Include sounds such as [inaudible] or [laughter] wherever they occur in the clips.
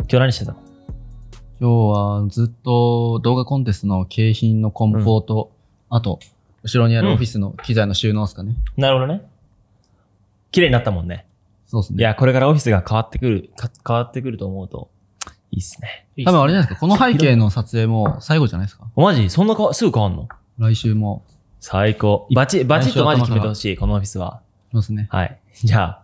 今日何してたの今日はずっと動画コンテストの景品の梱包と、あと、後ろにあるオフィスの機材の収納ですかね。なるほどね。綺麗になったもんね。そうですいね。や、これからオフィスが変わってくる、か変わってくると思うと、いいっすね。多分あれじゃないですか、この背景の撮影も最後じゃないですか。おマジそんなか、すぐ変わんの来週も、最高。バチ、バチッとマジ決めてほしい、このオフィスは。そうですね。はい。じゃあ、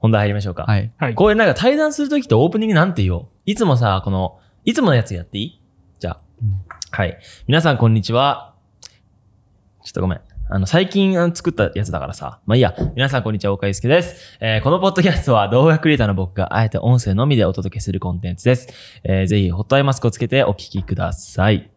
本題入りましょうか。はい。はい。こういうなんか対談するときってオープニングなんて言おういつもさ、この、いつものやつやっていいじゃあ、うんはい。皆さんこんにちは。ちょっとごめん。あの、最近あの作ったやつだからさ。まあいいや。皆さんこんにちは、岡祐介です。えーこのポッドキャストは動画クリエイターの僕があえて音声のみでお届けするコンテンツです。えーぜひ、ホットアイマスクをつけてお聞きください。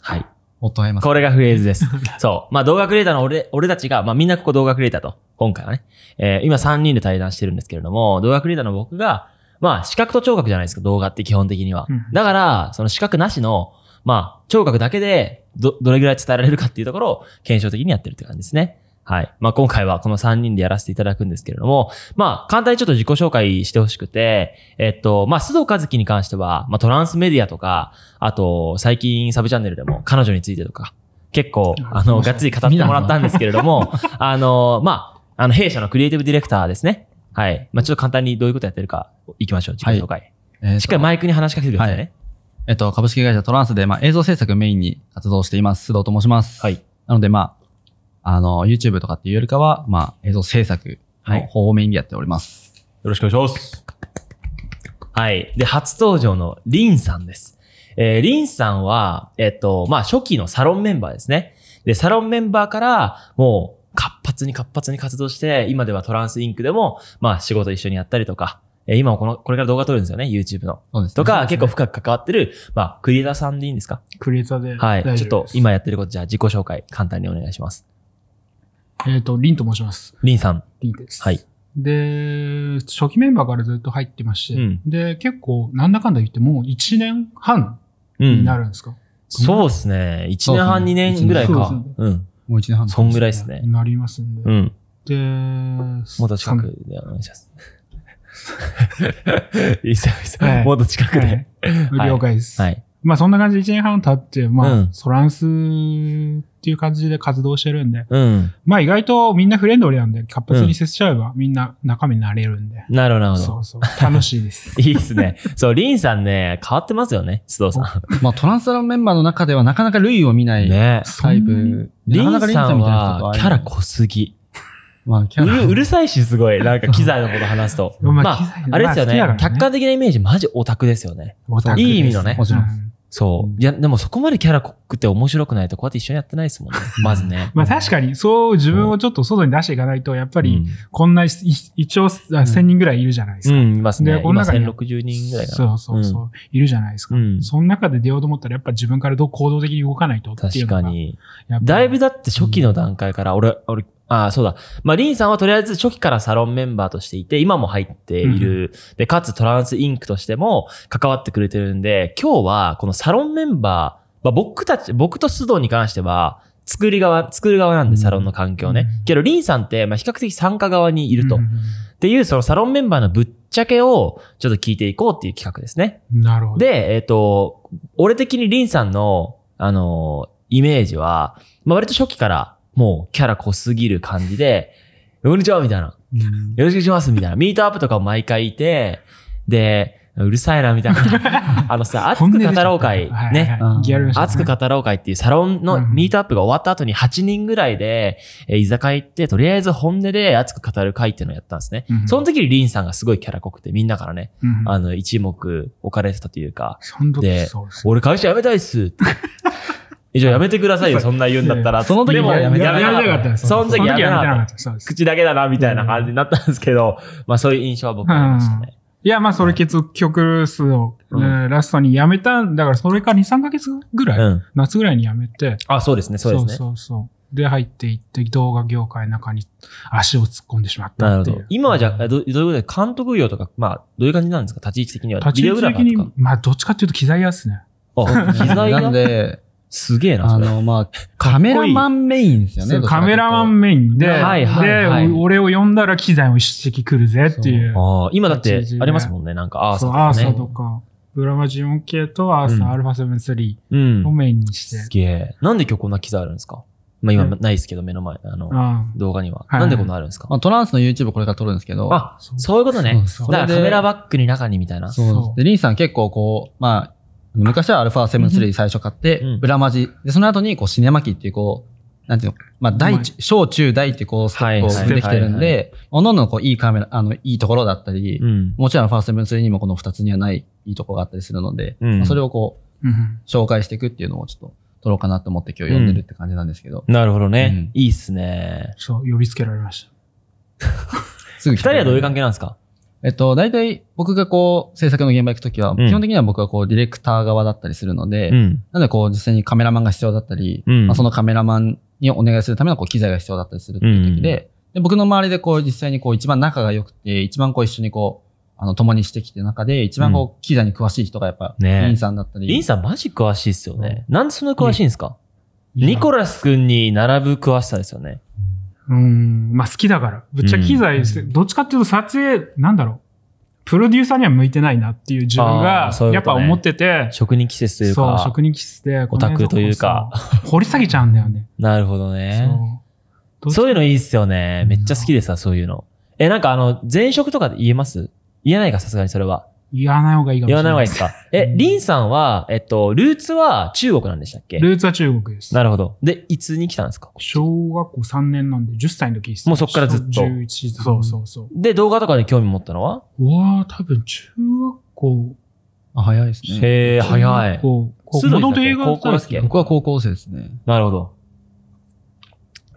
はい。おっと会います。これがフレーズ [laughs] です。そう。まあ動画クリエイターの俺、俺たちが、まあみんなここ動画クリエイターと、今回はね。えー今3人で対談してるんですけれども、動画クリエイターの僕が、まあ視覚と聴覚じゃないですか、動画って基本的にはうん。だから、その視覚なしの、まあ聴覚だけで、ど、どれぐらい伝えられるかっていうところを検証的にやってるって感じですね。はい。まあ今回はこの3人でやらせていただくんですけれども、まあ簡単にちょっと自己紹介してほしくて、えっと、まあ須藤和樹に関しては、まあトランスメディアとか、あと最近サブチャンネルでも彼女についてとか、結構、あの、がっつり語ってもらったんですけれど [laughs] も、あの、まあ、あの、弊社のクリエイティブディレクターですね。はい。まあ、ちょっと簡単にどういうことやってるか、いきましょう。自己紹介。えーとしっかりマイクに話しかけてくださいね。えっと、株式会社トランスで、まあ、映像制作メインに活動しています。須藤と申します。はい。なので、まあ、あの、YouTube とかっていうよりかは、まあ、映像制作の方をメインでやっております。よろしくお願いします。はい。で、初登場のリンさんです。えー、リンさんは、えっ、と、まあ、初期のサロンメンバーですね。で、サロンメンバーから、もう、活発に活発に活動して、今ではトランスインクでも、まあ、仕事一緒にやったりとか、えー今もこの、これから動画撮るんですよね、YouTube の。そうですねとか、結構深く関わってる、まあ、クリエイターさんでいいんですかクリエイターで。はい大丈夫。ちょっとです。今やってること、じゃあ自己紹介簡単にお願いします。えっと、リンと申します。リンさん。リンです。はい。で、初期メンバーからずっと入ってまして、うんで、結構、なんだかんだ言ってもう1年半うにん。なるんですか、そうですね。1そう年っすね半、2年ぐらいかそうっ。うん。もう一年半。そんぐらいですね。なりますんで。うん。で、もっと近さんくでお願いし [laughs] ます。いいっすよ、いいっすはよ。いもっと近 [laughs] くで。はい了解です。はい。まあそんな感じで1年半経って、まあ、うんトランスっていう感じで活動してるんで、うん。まあ意外とみんなフレンドリーなんで、活発に接しちゃえばみんな中身になれるんで。なるほど、なるほそど。うそう。楽しいで [laughs] す。いいっすね。そう、リンさんね、変わってますよね、須藤さ。まあ、トランスのメンバーの中ではなかなか類を見なんいねタイそんなプ。リなかンなかリンささんんみたいな人とは会キえャなラい濃すぎ。まあ、キうャる [laughs] ラ。うるさいし、すごい。なんか機材のこと話すと。ままあ機あ材、のあれですよねまあ好きだからね客観的なイメージ、マジオタクですよね。オタクですいい意味のねもちろんうそう。いや、でもそこまでキャラ濃くて面白くないと、こうやって一緒にやってないですもんね。まずね。まあ確かに、そう自分をちょっと外に出していかないと、やっぱうり、んこんない一応、あ1000人ぐらいいるじゃないですうか。ん、いますね。でこの今中に1060人ぐらいかな。そうそうそう、いるじゃないですか。うんその中で出ようと思ったら、やっぱ自分からどう行動的に動かないとっていう確のが。かに。やっぱりだいぶだって初期の段階から、俺、俺、ああ、そうだ。まあ、リンさんはとりあえず初期からサロンメンバーとしていて、今も入っている。で、かつトランスインクとしても関わってくれてるんで、今日はこのサロンメンバー、まあ、僕たち、僕と須藤に関しては、作り側、作る側なんで、サロンの環境ね。うんけど、リンさんって、まあ、比較的参加側にいると。うんっ。ていう、そのサロンメンバーのぶっちゃけを、ちょっと聞いていこうっていう企画ですね。なるほど。で、えっ、と、俺的にリンさんの、あのーイメージは、まあ、割と初期から、もうキャラ濃すぎる感じで、こんにちはみたいな。うんよろしくしますみたいな。ミートアップとかも毎回いて、で、うるさいなみたい [laughs] な。あのさ、熱本く音出ちゃった語ろう会、はいね。はいはいギャルの人ね熱く語ろう会っていうサロンのうんミートアップが終わった後に8人ぐらいで、えー居酒屋行って、とりあえず本音で熱く語る会っていうのをやったんですね。うんその時にリンさんがすごいキャラ濃くて、みんなからね、うんあの、一目置かれてたというか、本当でそうです。俺会社辞めたいっすって。じゃあ辞めてくださいよ、そんな言うんだったら。その時でもは辞めてややめめななかかっ。ったた。その時はやめなやめかなった。かった。そうです。口だけだな、みたいな感じになったんですけど、まあそういう印象は僕はありましたね。いや、まあ、それ結局数を、うんえーラストにやめたんだから、それから2、3ヶ月ぐらい、うん。夏ぐらいにやめて、あ、そうですね、そうですね。そうそう。で、入っていって、動画業界の中に足を突っ込んでしまっなたるっていほうど。。今はじゃあ、どどういうことで、監督業とか、まあ、どういう感じなんですか立ち位置的には。立ビちデ位オグラ置フ的ァーに、まあ、どっちかっていうと機材屋っすね。とか。あ、機材なんがで、すげえな、あそれ。の、まあ、カメラマンメインですよね。そうどちらカかといメうとラマンメインで、はいはいはいで、俺を呼んだら機材を一式来るぜっていう。ああ、今だって立ち位置、ねありますもんね、なんか、アーサそう、ーアーとサかーね。とか。ブラマジ 4K とアーサうんー α73 うをん。メインにして。すげえ。なんで今日こんな機材あるんですかまあ今うんないですけど、目の前、あの、あ動画には。はいなんでこんなあるんですかまあ、トランスの YouTube これから撮るんですけど。あ、そうそういうことね。そうだからカメラばバッグに中にみたいな。そうなんですそうで、リンさん結構こう、まあ、昔は α73 最初買って、うんブラマジ。で、その後にこう、シネマキーっていうこう、なんていうの、まあ、う大まい中、小中大ってこう、ステップをはいはいできてるんはいで、おのおのこう、いいカメラ、あの、いいところだったり、うん。もちろん α73 にもこの2つにはないいいところがあったりするので、うんまあそれをこうんう、紹介していくっていうのをちょっと、撮ろうかなと思って今日読んでるって感じなんですけど、なるほどね。ういいっすね。そう、呼びつけられました。すぐ二人はどういう係関係なんですかえっと、大体僕がこう、制作の現場行くときは、基本的には僕はこう、ディレクター側だったりするので、ん。なのでこう実際にカメラマンが必要だったり、うんまあ、そのカメラマンにお願いするためのこう機材が必要だったりするっていう時で、で僕の周りでこう実際にこう一番仲が良くて、一番こう一緒にこう、あの、共にしてきて中で、一番こう機材に詳しい人がやっぱ、ねえリンさんだったり。リンさんマジ詳しいっすよね。なんでそんな詳しいんですかニコラス君に並ぶ詳しさですよね。うん、まあ好きだから。ぶっちゃけ機材、うんどっちかっていうと撮影、なんだろう。プロデューサーには向いてないなっていう自分あーがそうい、うやっことねぱ思ってて、職人季節というそう、か職、人気質で、オタクというかこの辺 [laughs] のとこ。そう掘り下げちゃうんだよね。なるほどね。そうそういうのいいっすよね。めっちゃ好きでさ、そういうの。え、なんかあの、前職とかで言えます言えないか、さすがにそれは。言わない方がいいかもし言れなわい。ない方がいいですか。え、リンさんは、えっと、ルーツは中国なんでしたっけルーツは中国です。なるほど。で、いつに来たんですか小学校3年なんで、10歳の時ですもうそっからずっと11そうそうそう。で、動画とかで興味持ったのはうわあ多分中学校。あ早いですね。へえ、早い。高校。須藤も伊作ともと映画だったんですけど。僕は高校生ですね。なるほど。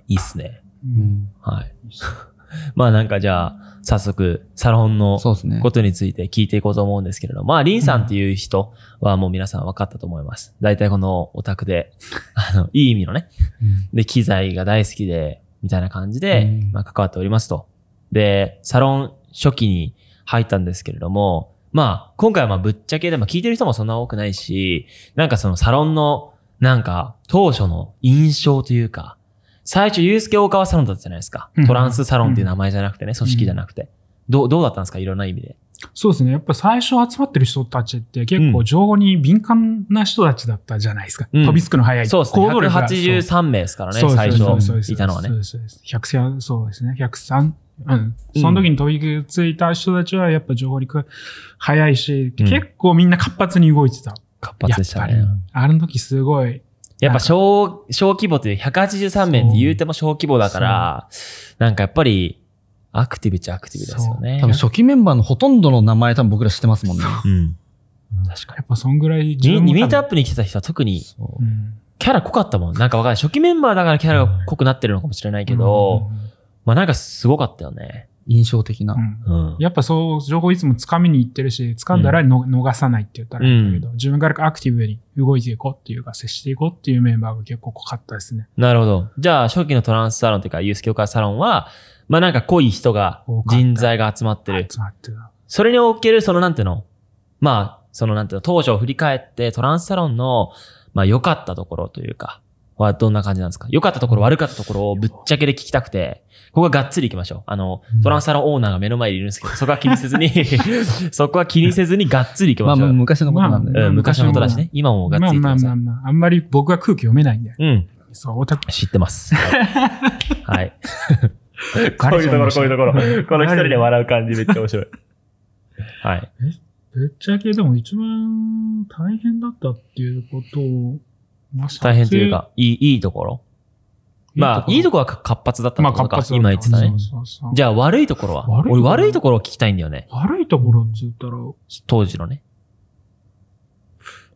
いいっすね。うんはい。 [laughs] まあなんかじゃあ、早速、サロンのそうですねこ。とについて聞いていこうと思うんですけれども、まあ、リンさんっていう人はもう皆さん分かったと思います。大体このオタクで、あの、いい意味のね、で、機材が大好きで、みたいな感じで、うんまあ、関わっておりますと。で、サロン初期に入ったんですけれども、まあ、今回はまあ、ぶっちゃけで、まあ、聞いてる人もそんな多くないし、なんかそのサロンの、なんか、当初の印象というか、最初、ユースケ大川サロンだったじゃないですかう。んトランスサロンっていう名前じゃなくてね、組織じゃなくて。どう、どうだったんですかいろんな意味で。そうですね。やっぱ最初集まってる人たちって結う構ん情報に敏感な人たちだったじゃないですか。うん飛びつくの早い。そうですね。行動力がそう183名ですからね、そう最そうそうそう初そういたのはねそう。ですそうです100そうですね。103。うん。その時に飛びついた人たちはやっぱ情報力早いし、うん結構みんな活発に動いてた。活発でしたやねっ。あの時すごい。やっなぱんか小、小規模という183名って言うても小規模だから、なんかやっぱり、アクティブっちゃアクティブですよね多。分初期メンバーのほとんどの名前多分僕ら知ってますもんね。うん。確かやっぱそんぐらい自に。分もミ多ミ分ートアップに来てた人は特にそうんキャラ濃かったもん。なんかわかんない。初期メンバーだからキャラが濃くなってるのかもしれないけど、まあなんかすごかったよね。う印象的な。うんうんうん。やっぱそう、情報いつも掴みに行ってるし、掴んだらの、逃さないって言ったらいいんだけど、自分からアクティブに動いていこうっていうか、接していこうっていうメンバーが結構濃かったですね。なるほど。じゃあ初期のトランスサロンというか、ユース協会サロンは、まあなんか濃い人が多、かった人材が集まってる。集まってた。それにおける、そのなんていうのまあ、そのなんていうの当初を振り返って、トランスサロンの、まあ良かったところというか、はどんな感じなんですか良かったところ、悪かったところをぶっちゃけで聞きたくて、ここはがっつり行きましょう。あの、トランスサロンオーナーが目の前にいるんですけど、そこは気にせ [laughs] ずに、そこは気にせずにがっつり行きままあしょもうう。昔のことなんで。まあうん、昔のことだしね。今もがまっあつり行ってくまあださい。まあまあ、あんまり僕は空気読めないんで。うん。そう、オタク、知って [laughs] ます。はい。こういうところこういうところこの一人で笑う感じめっちゃ面白い。はい。ぶっちゃけでも一番大変だったっていうことを、まあ大変という、か、いい、いいところ。まあ、いいところは活発だったまあの活か、発だ今言ってたねそう。そうそうじゃあ悪いところは悪いとこ俺ろ悪いところを聞きたいんだよね。悪いところって言ったら、当時のね。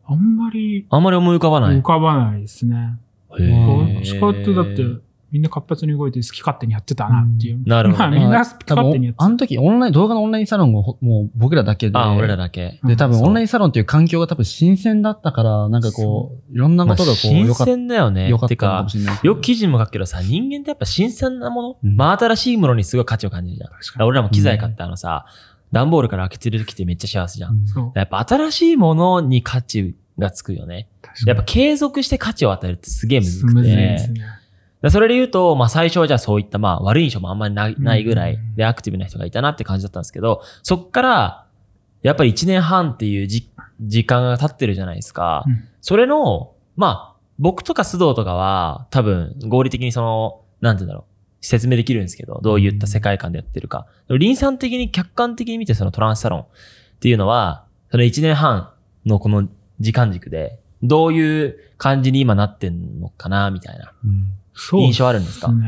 あんまりあんまり思い浮かばない。浮かばないですね。へーどっちかってだって、みんな活発に動いて好き勝手にやってたなっていう。なるほどねまあみんな好き多勝手に分やっあてた。の時オンライン、動画のオンラインサロンをほもう僕らだけで。あ、俺らだけ。うで、ん多そ分うオンラインサロンっていう環境が多分新鮮だったから、なんかこう、いろんなまこあとがこう、新良かっ鮮だよね良か。ったてのかかも、しれない。よく記事にも書くけどさ、人間ってやっぱ新鮮なもの、うん真新しいものにすごい価値を感じるじゃん。だか確からに。俺らも機材買ってあのさ、段ボールから開けてる時ってめっちゃ幸せじゃん。そう。やっぱ新しいものに価値がつくよね。確かやっにぱ継続して価値を与えるってすげえ難しむくずて。いですね。でそれで言うと、まあ最初はじゃあそういったまあ悪い印象もあんまりないうんないぐらいでアクティブな人がいたなって感じだったんですけど、そっから、やっぱり1年半っていうじ時間が経ってるじゃないですか。うんそれの、まあ、僕とか須藤とかは、多分、合理的にその、なんて言うんだろう。説明できるんですけど、どういった世界観でやってるか。でも、林さん的に客観的に見て、そのトランスサロンっていうのは、その1年半のこの時間軸で、どういう感じに今なってんのかな、みたいなそう印象あるんですかですね。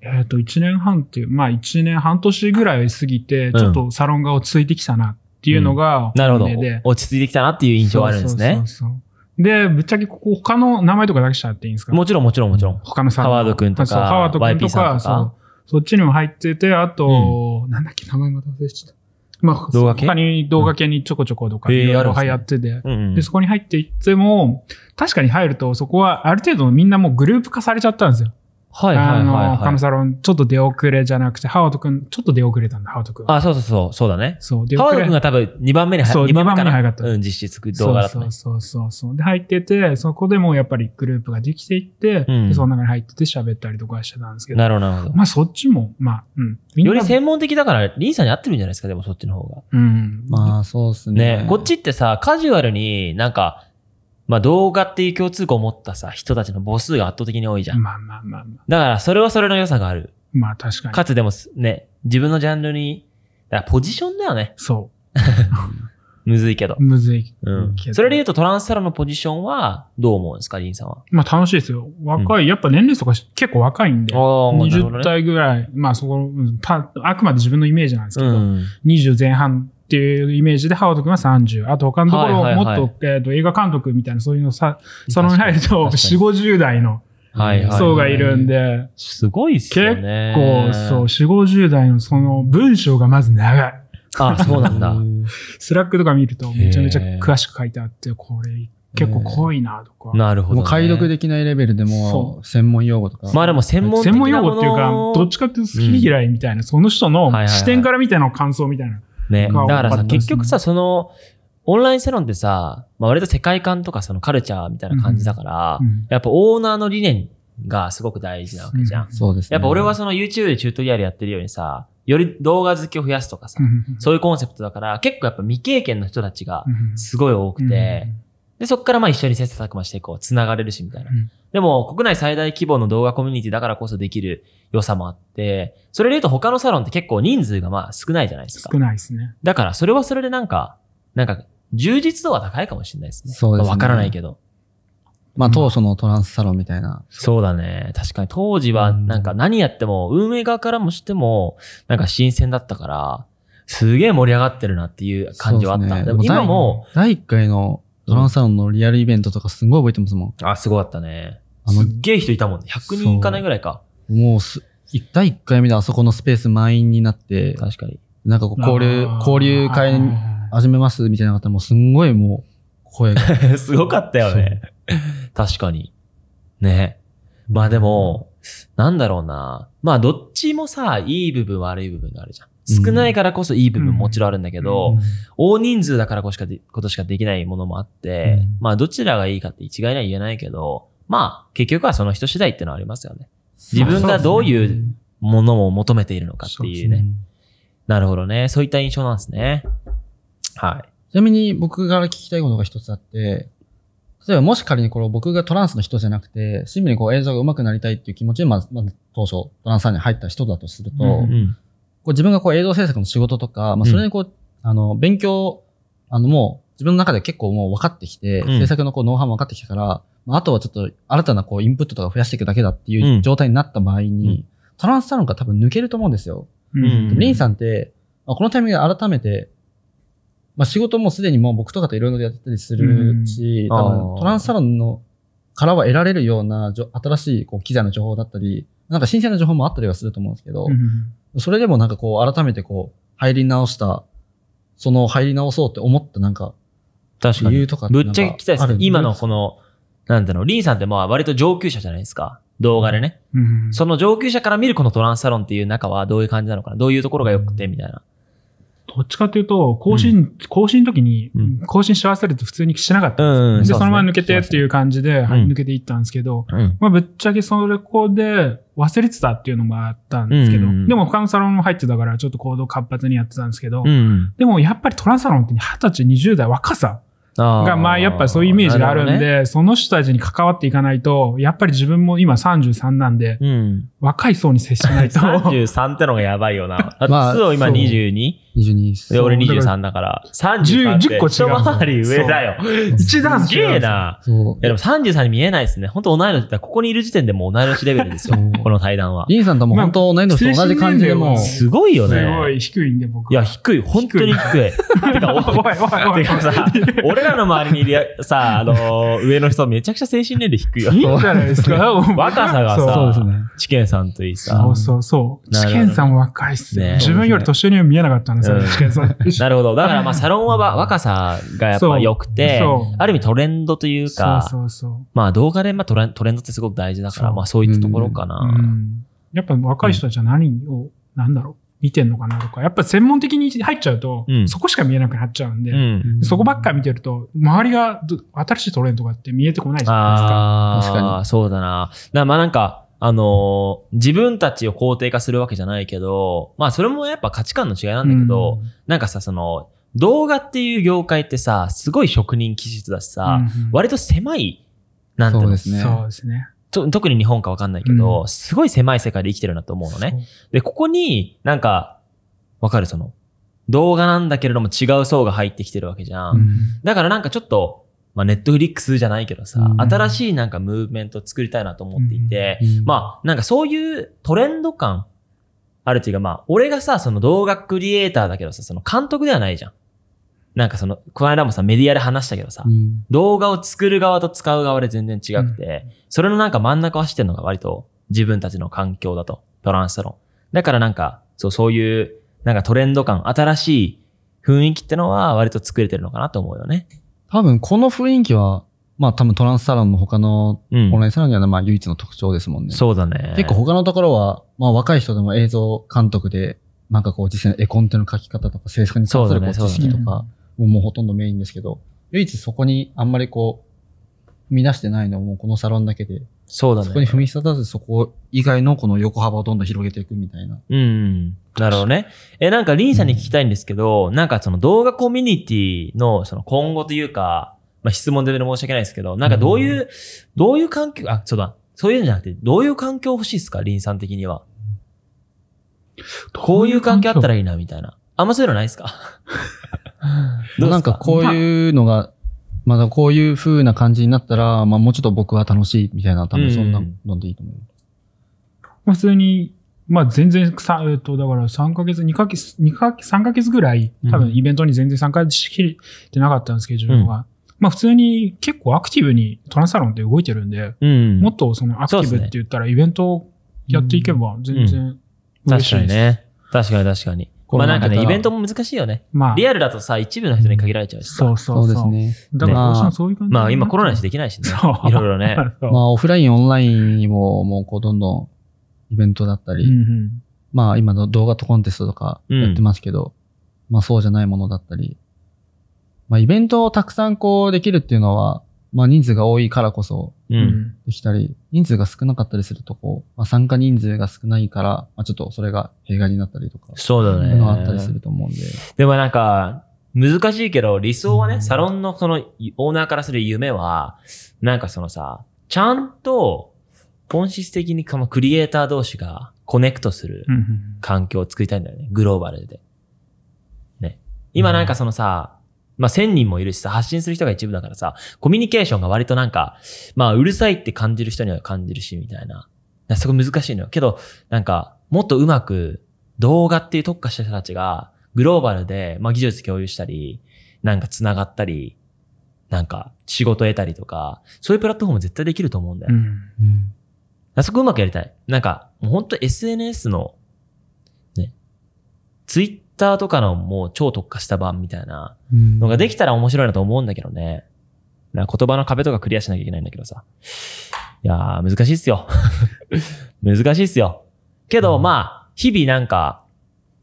えっ、と、1年半っていう、まあ1年半年ぐらい過ぎて、ちょっとサロンが落ち着いてきたなっていうのがなるほど本音で。。落ち着いてきたなっていう印象はあるんですそねう。そうそうで、ぶっちゃけここ他の名前とかだけしちゃっていいんですかもちろんもちろんもちろん。他のサロン。ハワード君とかそうハワード君と YP さんか、とかそう。そっちにも入ってて、あと、なんだっけ、名前また忘れちゃった。まあ、動画系他に動画系にちょこちょことか、うんいろいへーあるろんですね流行ってて。うんうんで、そこに入っていっても、確かに入ると、そこはある程度みんなもうグループ化されちゃったんですよ。はいはいはい、あの、他はのい。サロン、ちょっと出遅れじゃなくて、ハワード君、ちょっと出遅れたんだ、ハワード君。あ、そうそうそう、そうだね。そう、出ハ遅ワーれド君が多分2番目に入そう二二番目に早かったうん、実質動画だったね。そうそうそうそう。で、入ってて、そこでもうやっぱりグループができていって、うんでその中に入ってて喋ったりとかしてたんですけど、なるほど、なるほど。まあそっちも、まあ、うん。みんなより専門的だから、リンさんに合ってるんじゃないですか、でもそっちの方が。うん。まあ、そうですね。ね、こっちってさ、カジュアルになんか、まあ動画っていう共通項を持ったさ、人たちの母数が圧倒的に多いじゃん。まあまあまあまあ。だから、それはそれの良さがある。まあ確かに。かつでもすね、自分のジャンルに、だからポジションだよね。そむずいけどう。。むずい。うんけ。どそれで言うとトランスサロンのポジションはどう思うんですか、リンさんは。まあ楽しいですよ。若い、やっぱ年齢とかし結構若いんで。あ20代ぐらい、まあそこ、うんたあくまで自分のイメージなんですけうど、ん。 20前半っていうイメージで、ハワード君は30。あと他のところ、はいもはっいと、はいえっ、と、映画監督みたいな、そういうのさ、そのに入る確と、かに4、50代のはいはい。層がいるんで、すごいっすよね。こう、そう、。4、50代のその文章がまず長い。あ、そうなん [laughs] だ。スラックとか見ると、めちゃめちゃ詳しく書いてあって、これ、結構濃いな、とか。なるほど、ね。もう解読できないレベルでも、そう専門用語とか。まあでも専門的専な門用語っていうか、どっちかっていうと好き嫌いみたいな、その人のはいはいはい視点から見ての感想みたいな。ね。だがから多かさ、ったですね結局さ、その、オンラインサロンってさ、まあ割と世界観とかそのカルチャーみたいな感じだから、うんやっぱオーナーの理念がすごく大事なわけじゃん。うんそうですね。やっぱ俺はその YouTube でチュートリアルやってるようにさ、より動画好きを増やすとかさ、そういうコンセプトだから、結構やっぱ未経験の人たちがうんすごい多くて、うんで、そこからまあ一緒に切磋琢磨していこう。繋がれるし、みたいな。うんでも、国内最大規模の動画コミュニティだからこそできる良さもあって、それで言うと他のサロンって結構人数がまあ少ないじゃないですか少。ないですね。だから、それはそれでなんか、なんか、充実度は高いかもしれないですね。そうですねまあわからないけど。まあ、当初のトランスサロンみたいな。そうだね。確かに当時は、うんなんか何やっても、運営側からもしても、なんか新鮮だったから、すげえ盛り上がってるなっていう感じはあった。そうですねでも今も、第1回のトランスサロンのリアルイベントとかすごい覚えてますもん。あ、すごかったね。あのすっげえ人いたもんね。100人いかないぐらいか。もうす、第1回目であそこのスペース満員になって、確かに。 [laughs] なんかこう交流、あー交流会始めますみたいな方もすんごいもう声が。すごかったよね。確かに。ね。まあでも、なんだろうな。まあどっちもさ、いい部分悪い部分があるじゃん。少ないからこそいい部分もちろんあるんだけど、うん大人数だからこしかでことしかできないものもあって、うんまあどちらがいいかって一概には言えないけど、まあ結局はその人次第ってのはありますよね。 [laughs] 自分がどういうものを求めているのかっていうね。なるほどね。そういった印象なんですね。はい。ちなみに僕から聞きたいことが一つあって、例えばもし仮にこれ僕がトランスの人じゃなくて、シンプルにこう映像が上手くなりたいっていう気持ちで、まず、まず当初トランスさんに入った人だとすると、うんこう自分がこう映像制作の仕事とか、まあそれにこう、あの、勉強、あのもう自分の中で結構もう分かってきて、うん制作のこうノウハウも分かってきたから、まああとはちょっと新たなこうインプットとか増やしていくだけだっていう状態になった場合に、トランスサロンから多分抜けると思うんですよ。ううんリンさんって、まあ、このタイミングで改めて、まあ、仕事もすでにもう僕とかといろいろやってたりするし、うん多あー分トランスサロンのからは得られるようなじょ新しいこう機材の情報だったり、なんか新鮮な情報もあったりはすると思うんですけど、うんそれでもなんかこう改めてこう入り直した、その入り直そうって思ったなんか確か理に由。とかってぶなっんかちゃけ聞きたいであするね。今のこの、なんだろう、リンさんってまあ割と上級者じゃないですか。動画でね。うんその上級者から見るこのトランスサロンっていう中はどういう感じなのかな。どういうところが良くてみたいな。どっちかというと、更新、更新の時にうん、更新し忘れると普通にしなかった。うん、。で、そのまま抜けてっていうう感じで、すねはい抜けていったんですけど、うん。まあぶっちゃけそれこで忘れてたっていうのもあったんですけどうんうんうん、でも他のサロンも入ってたから、ちょっと行動活発にやってたんですけどう、ん。でもやっぱりトランサロンって20歳、20代若さがが、まあ、やっぱそういうイメージがあるんで、その人たちに関わっていかないと、やっぱり自分も今33なんで、 [laughs] うん。若い層に接しないと。 33ってのがやばいよな。だって、まあスを今そう 22? 22で、歳。俺そうだから23だから、33って10個違う一回り上だよ。一段すげえな。そうい。や、でも33に見えないですね。本当同い年だ。ここにいる時点でもう同い年レベル [laughs] ですよそう。この対談は。リンさんとも本当同い年と同じ感じでもうまあ、すごいよね。すごい低いんで、僕いや、は。低い。本当に低い。てか、 [laughs] おいおいお [laughs] おいてかさ、俺らの周りにいるやさ、あのー上の人めちゃくちゃ精神年齢低いよい。いんじゃないですか [laughs] 若さがさそうですね。チケンさんといいそさう。そうそう。なチるほどケンさん若いっすねよ。自分より年上には見えなかったんですようんね、チケンさん。なるほど。だからまあサロンはば若さがやっぱ良くてそう、ある意味トレンドというそうか、そうそう。まあ動画でまあトレントレンドってすごく大事だから、そうまあそういったところかうな。んやっぱ若い人たちは何を、なんだろう、見てんのかなとか、やっぱ専門的に入っちゃうと、うんそこしか見えなくなっちゃうんで、うん。そこばっか見てると、周りがど新しいトレンドがあって見えてこないじゃなああ、確かにそうだな。なまあなんか、あのー自分たちを肯定化するわけじゃないけど、まあそれもやっぱ価値観の違いないですか。んだけど、うん、なんかさ、その、動画っていう業界ってさ、すごい職人気質だしさ、うん割と狭い、なんていうそうのですね。そうですね。と特に日本かわかんないけど、うすごい狭い世界で生きてるなと思うのね。そで、ここになんか、わかるその、動画なんだけれども違う層が入ってきてるわけじゃん。う。うんだからなんかちょっと、まあ、ネットフリックスじゃないけどさ、うん新しいなんかムーブメントを作りたいなと思っていて、うんまあ、なんかそういうトレンド感あるというか、まあ、俺がさ、その動画クリエイターだけどさ、その監督ではないじゃん。なんかその、この間もさ、メディアで話したけどさ、うん動画を作る側と使う側で全然違くて、それのなんか真ん中を走ってるのが割と自分たちの環境だと、トランスサロン。だからなんか、そう、そういう、なんかトレンド感、新しい雰囲気ってのは割と作れてるのかなと思うよね。多分この雰囲気は、まあ多分トランスサロンの他のうん。オンラインサロンにはまあ唯一の特徴ですもんね。そうだね。結構他のところは、まあ若い人でも映像監督で、なんかこう実際の絵コンテの書き方とか制作に関するこうそうだ知ねそう識だねとか、もうもうほとんどメインですけど、唯一そこにあんまりこう、踏み出してないのもこのサロンだけで、そうだね。そこに踏み出さずそこ以外のこの横幅をどんどん広げていくみたいな。うんうん。なるほどね。え、なんか、リンさんに聞きたいんですけど、なんかその動画コミュニティのその今後というか、まあ、質問で申し訳ないですけど、なんかどういう、どういう環境、あ、そうだ、そういうんじゃなくて、どういう環境欲しいですかリンさん的には。こういう環境あったらいいな、みたいな。あんまそういうのない [laughs] ですかどうでなんすかこういうのが、まだこういう風な感じになったら、まあもうちょっと僕は楽しいみたいな、多分そんなのでいいと思う。まあ普通に、まあ全然、さえっと、だから3ヶ月、2ヶ月、二ヶ月、3ヶ月ぐらい、多う分んイベントに全然参加しきれてなかったんですけど、自分は。まあ普通に結構アクティブにトランスサロンって動いてるんで、うん。もっとそのアクティブって言ったらイベントをやっていけば全然嬉確しいかです。にね。確かに確かに。まあなんかね、イベントもも難しいよね。まあ、リアルだとさ、一部の人に限られちゃうしさ。そうそそううでそう。すね。だから、ねどうしてもそういう感じになっちゃう。まあ今コロナだしできないし [laughs] ね。そういろいろね。そうまあ、オフライン、オンラインにも、もう、こう、どんどん、イベントだったうり、んうんまあ、今の動画とコンテストとかうんやってますけど、まあ、そうじゃないものだったり、まあ、イベントをたくさん、こう、できるっていうのは、まあ、人数が多いからこそう。うんんできたり、人数が少なかったりすると、こう、まあ、参加人数が少ないから、まあ、ちょっとそれが弊害になったりとか、そうだそうね。いうのがあったりすると思うんで、でもなんか、難しいけど、理想はうね、んサロンのそのオーナーからする夢は、なんかそのさ、ちゃんと本質的にこのクリエイター同士がコネクトするうんうん環境を作りたいんだよね。グローバルで。ね。今なんかそのさ、まあ、1000人もいるしさ、発信する人が一部だからさ、コミュニケーションが割となんか、まあ、うるさいって感じる人には感じるし、みたいな。だからそこ難しいのよ。けど、なんか、もっとうまく動画っていう特化した人たちが、グローバルで、まあ、技術共有したり、なんか繋がったり、なんか仕事得たりとか、そういうプラットフォーム絶対できると思うんだよ。うんあそこうまくやりたい。なんか、もうほんと SNS の、ね、ツイッターとかのもう超特化した版みたいなのができたら面白いなと思うんだけどね。なんか言葉の壁とかクリアしなきゃいけないんだけどさ。いやー、難しいっすよ。 [laughs] 難しいっすよ。けど、まあ、日々なんか、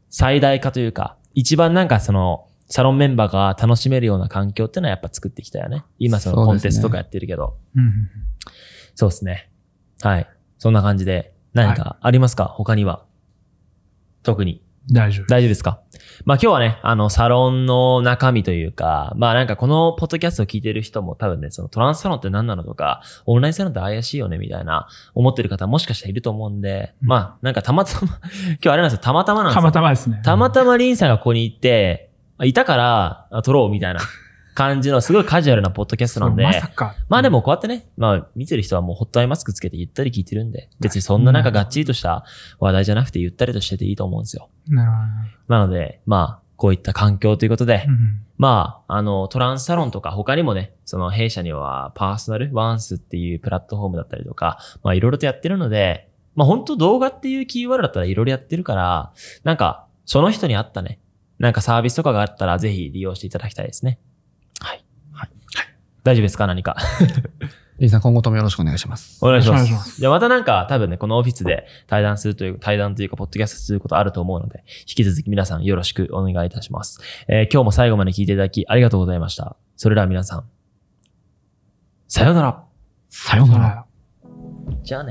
最大化というか、一番なんかその、サロンメンバーが楽しめるような環境ってのはやっぱ作ってきたよね。今そのコンテストとかやってるけど。うんうんそうですね。はい。そんな感じで、何かありますか、他には。特に。大丈夫。大丈夫ですかまあ今日はね、あの、サロンの中身というか、まあなんかこのポッドキャストを聞いてる人も多分ね、そのトランスサロンって何なのとか、オンラインサロンって怪しいよねみたいな、思ってる方もしかしたらいると思うんで、うんまあなんかたまたま、 [laughs] 今日あれなんですよ、たまたまなんですたよ。またまですね。たまたまリンさんがここに行って、あいたから、あ撮ろうみたいな感じの、すごいカジュアルなポッドキャストなんで。そうまさか。まあでもこうやってね、まあ見てる人はもうホットアイマスクつけてゆったり聞いてるんで、別にそんななんかがっちりとした話題じゃなくてゆったりとしてていいと思うんですよ。なるほどね。なので、まあ、こういった環境ということで、うんまあ、あの、トランスサロンとか他にもね、その弊社にはパーソナルワンスっていうプラットフォームだったりとか、まあいろいろとやってるので、まあ本当動画っていうキーワードだったらいろいろやってるから、なんか、その人に合ったね、なんかサービスとかがあったらぜひ利用していただきたいですね。はい。はい。大丈夫ですか何か。リンさん、今後ともよろしくお願いします。お願いしおま願いす。しますじゃあまたなんか多分ね、このオフィスで対談するという、対談というか、ポッドキャストすることあると思うので、引き続き皆さんよろしくお願いいたします。えー今日も最後まで聞いていただきありがとうございました。それでは皆さん、さようなら。さよううん。なほら。らじゃあね。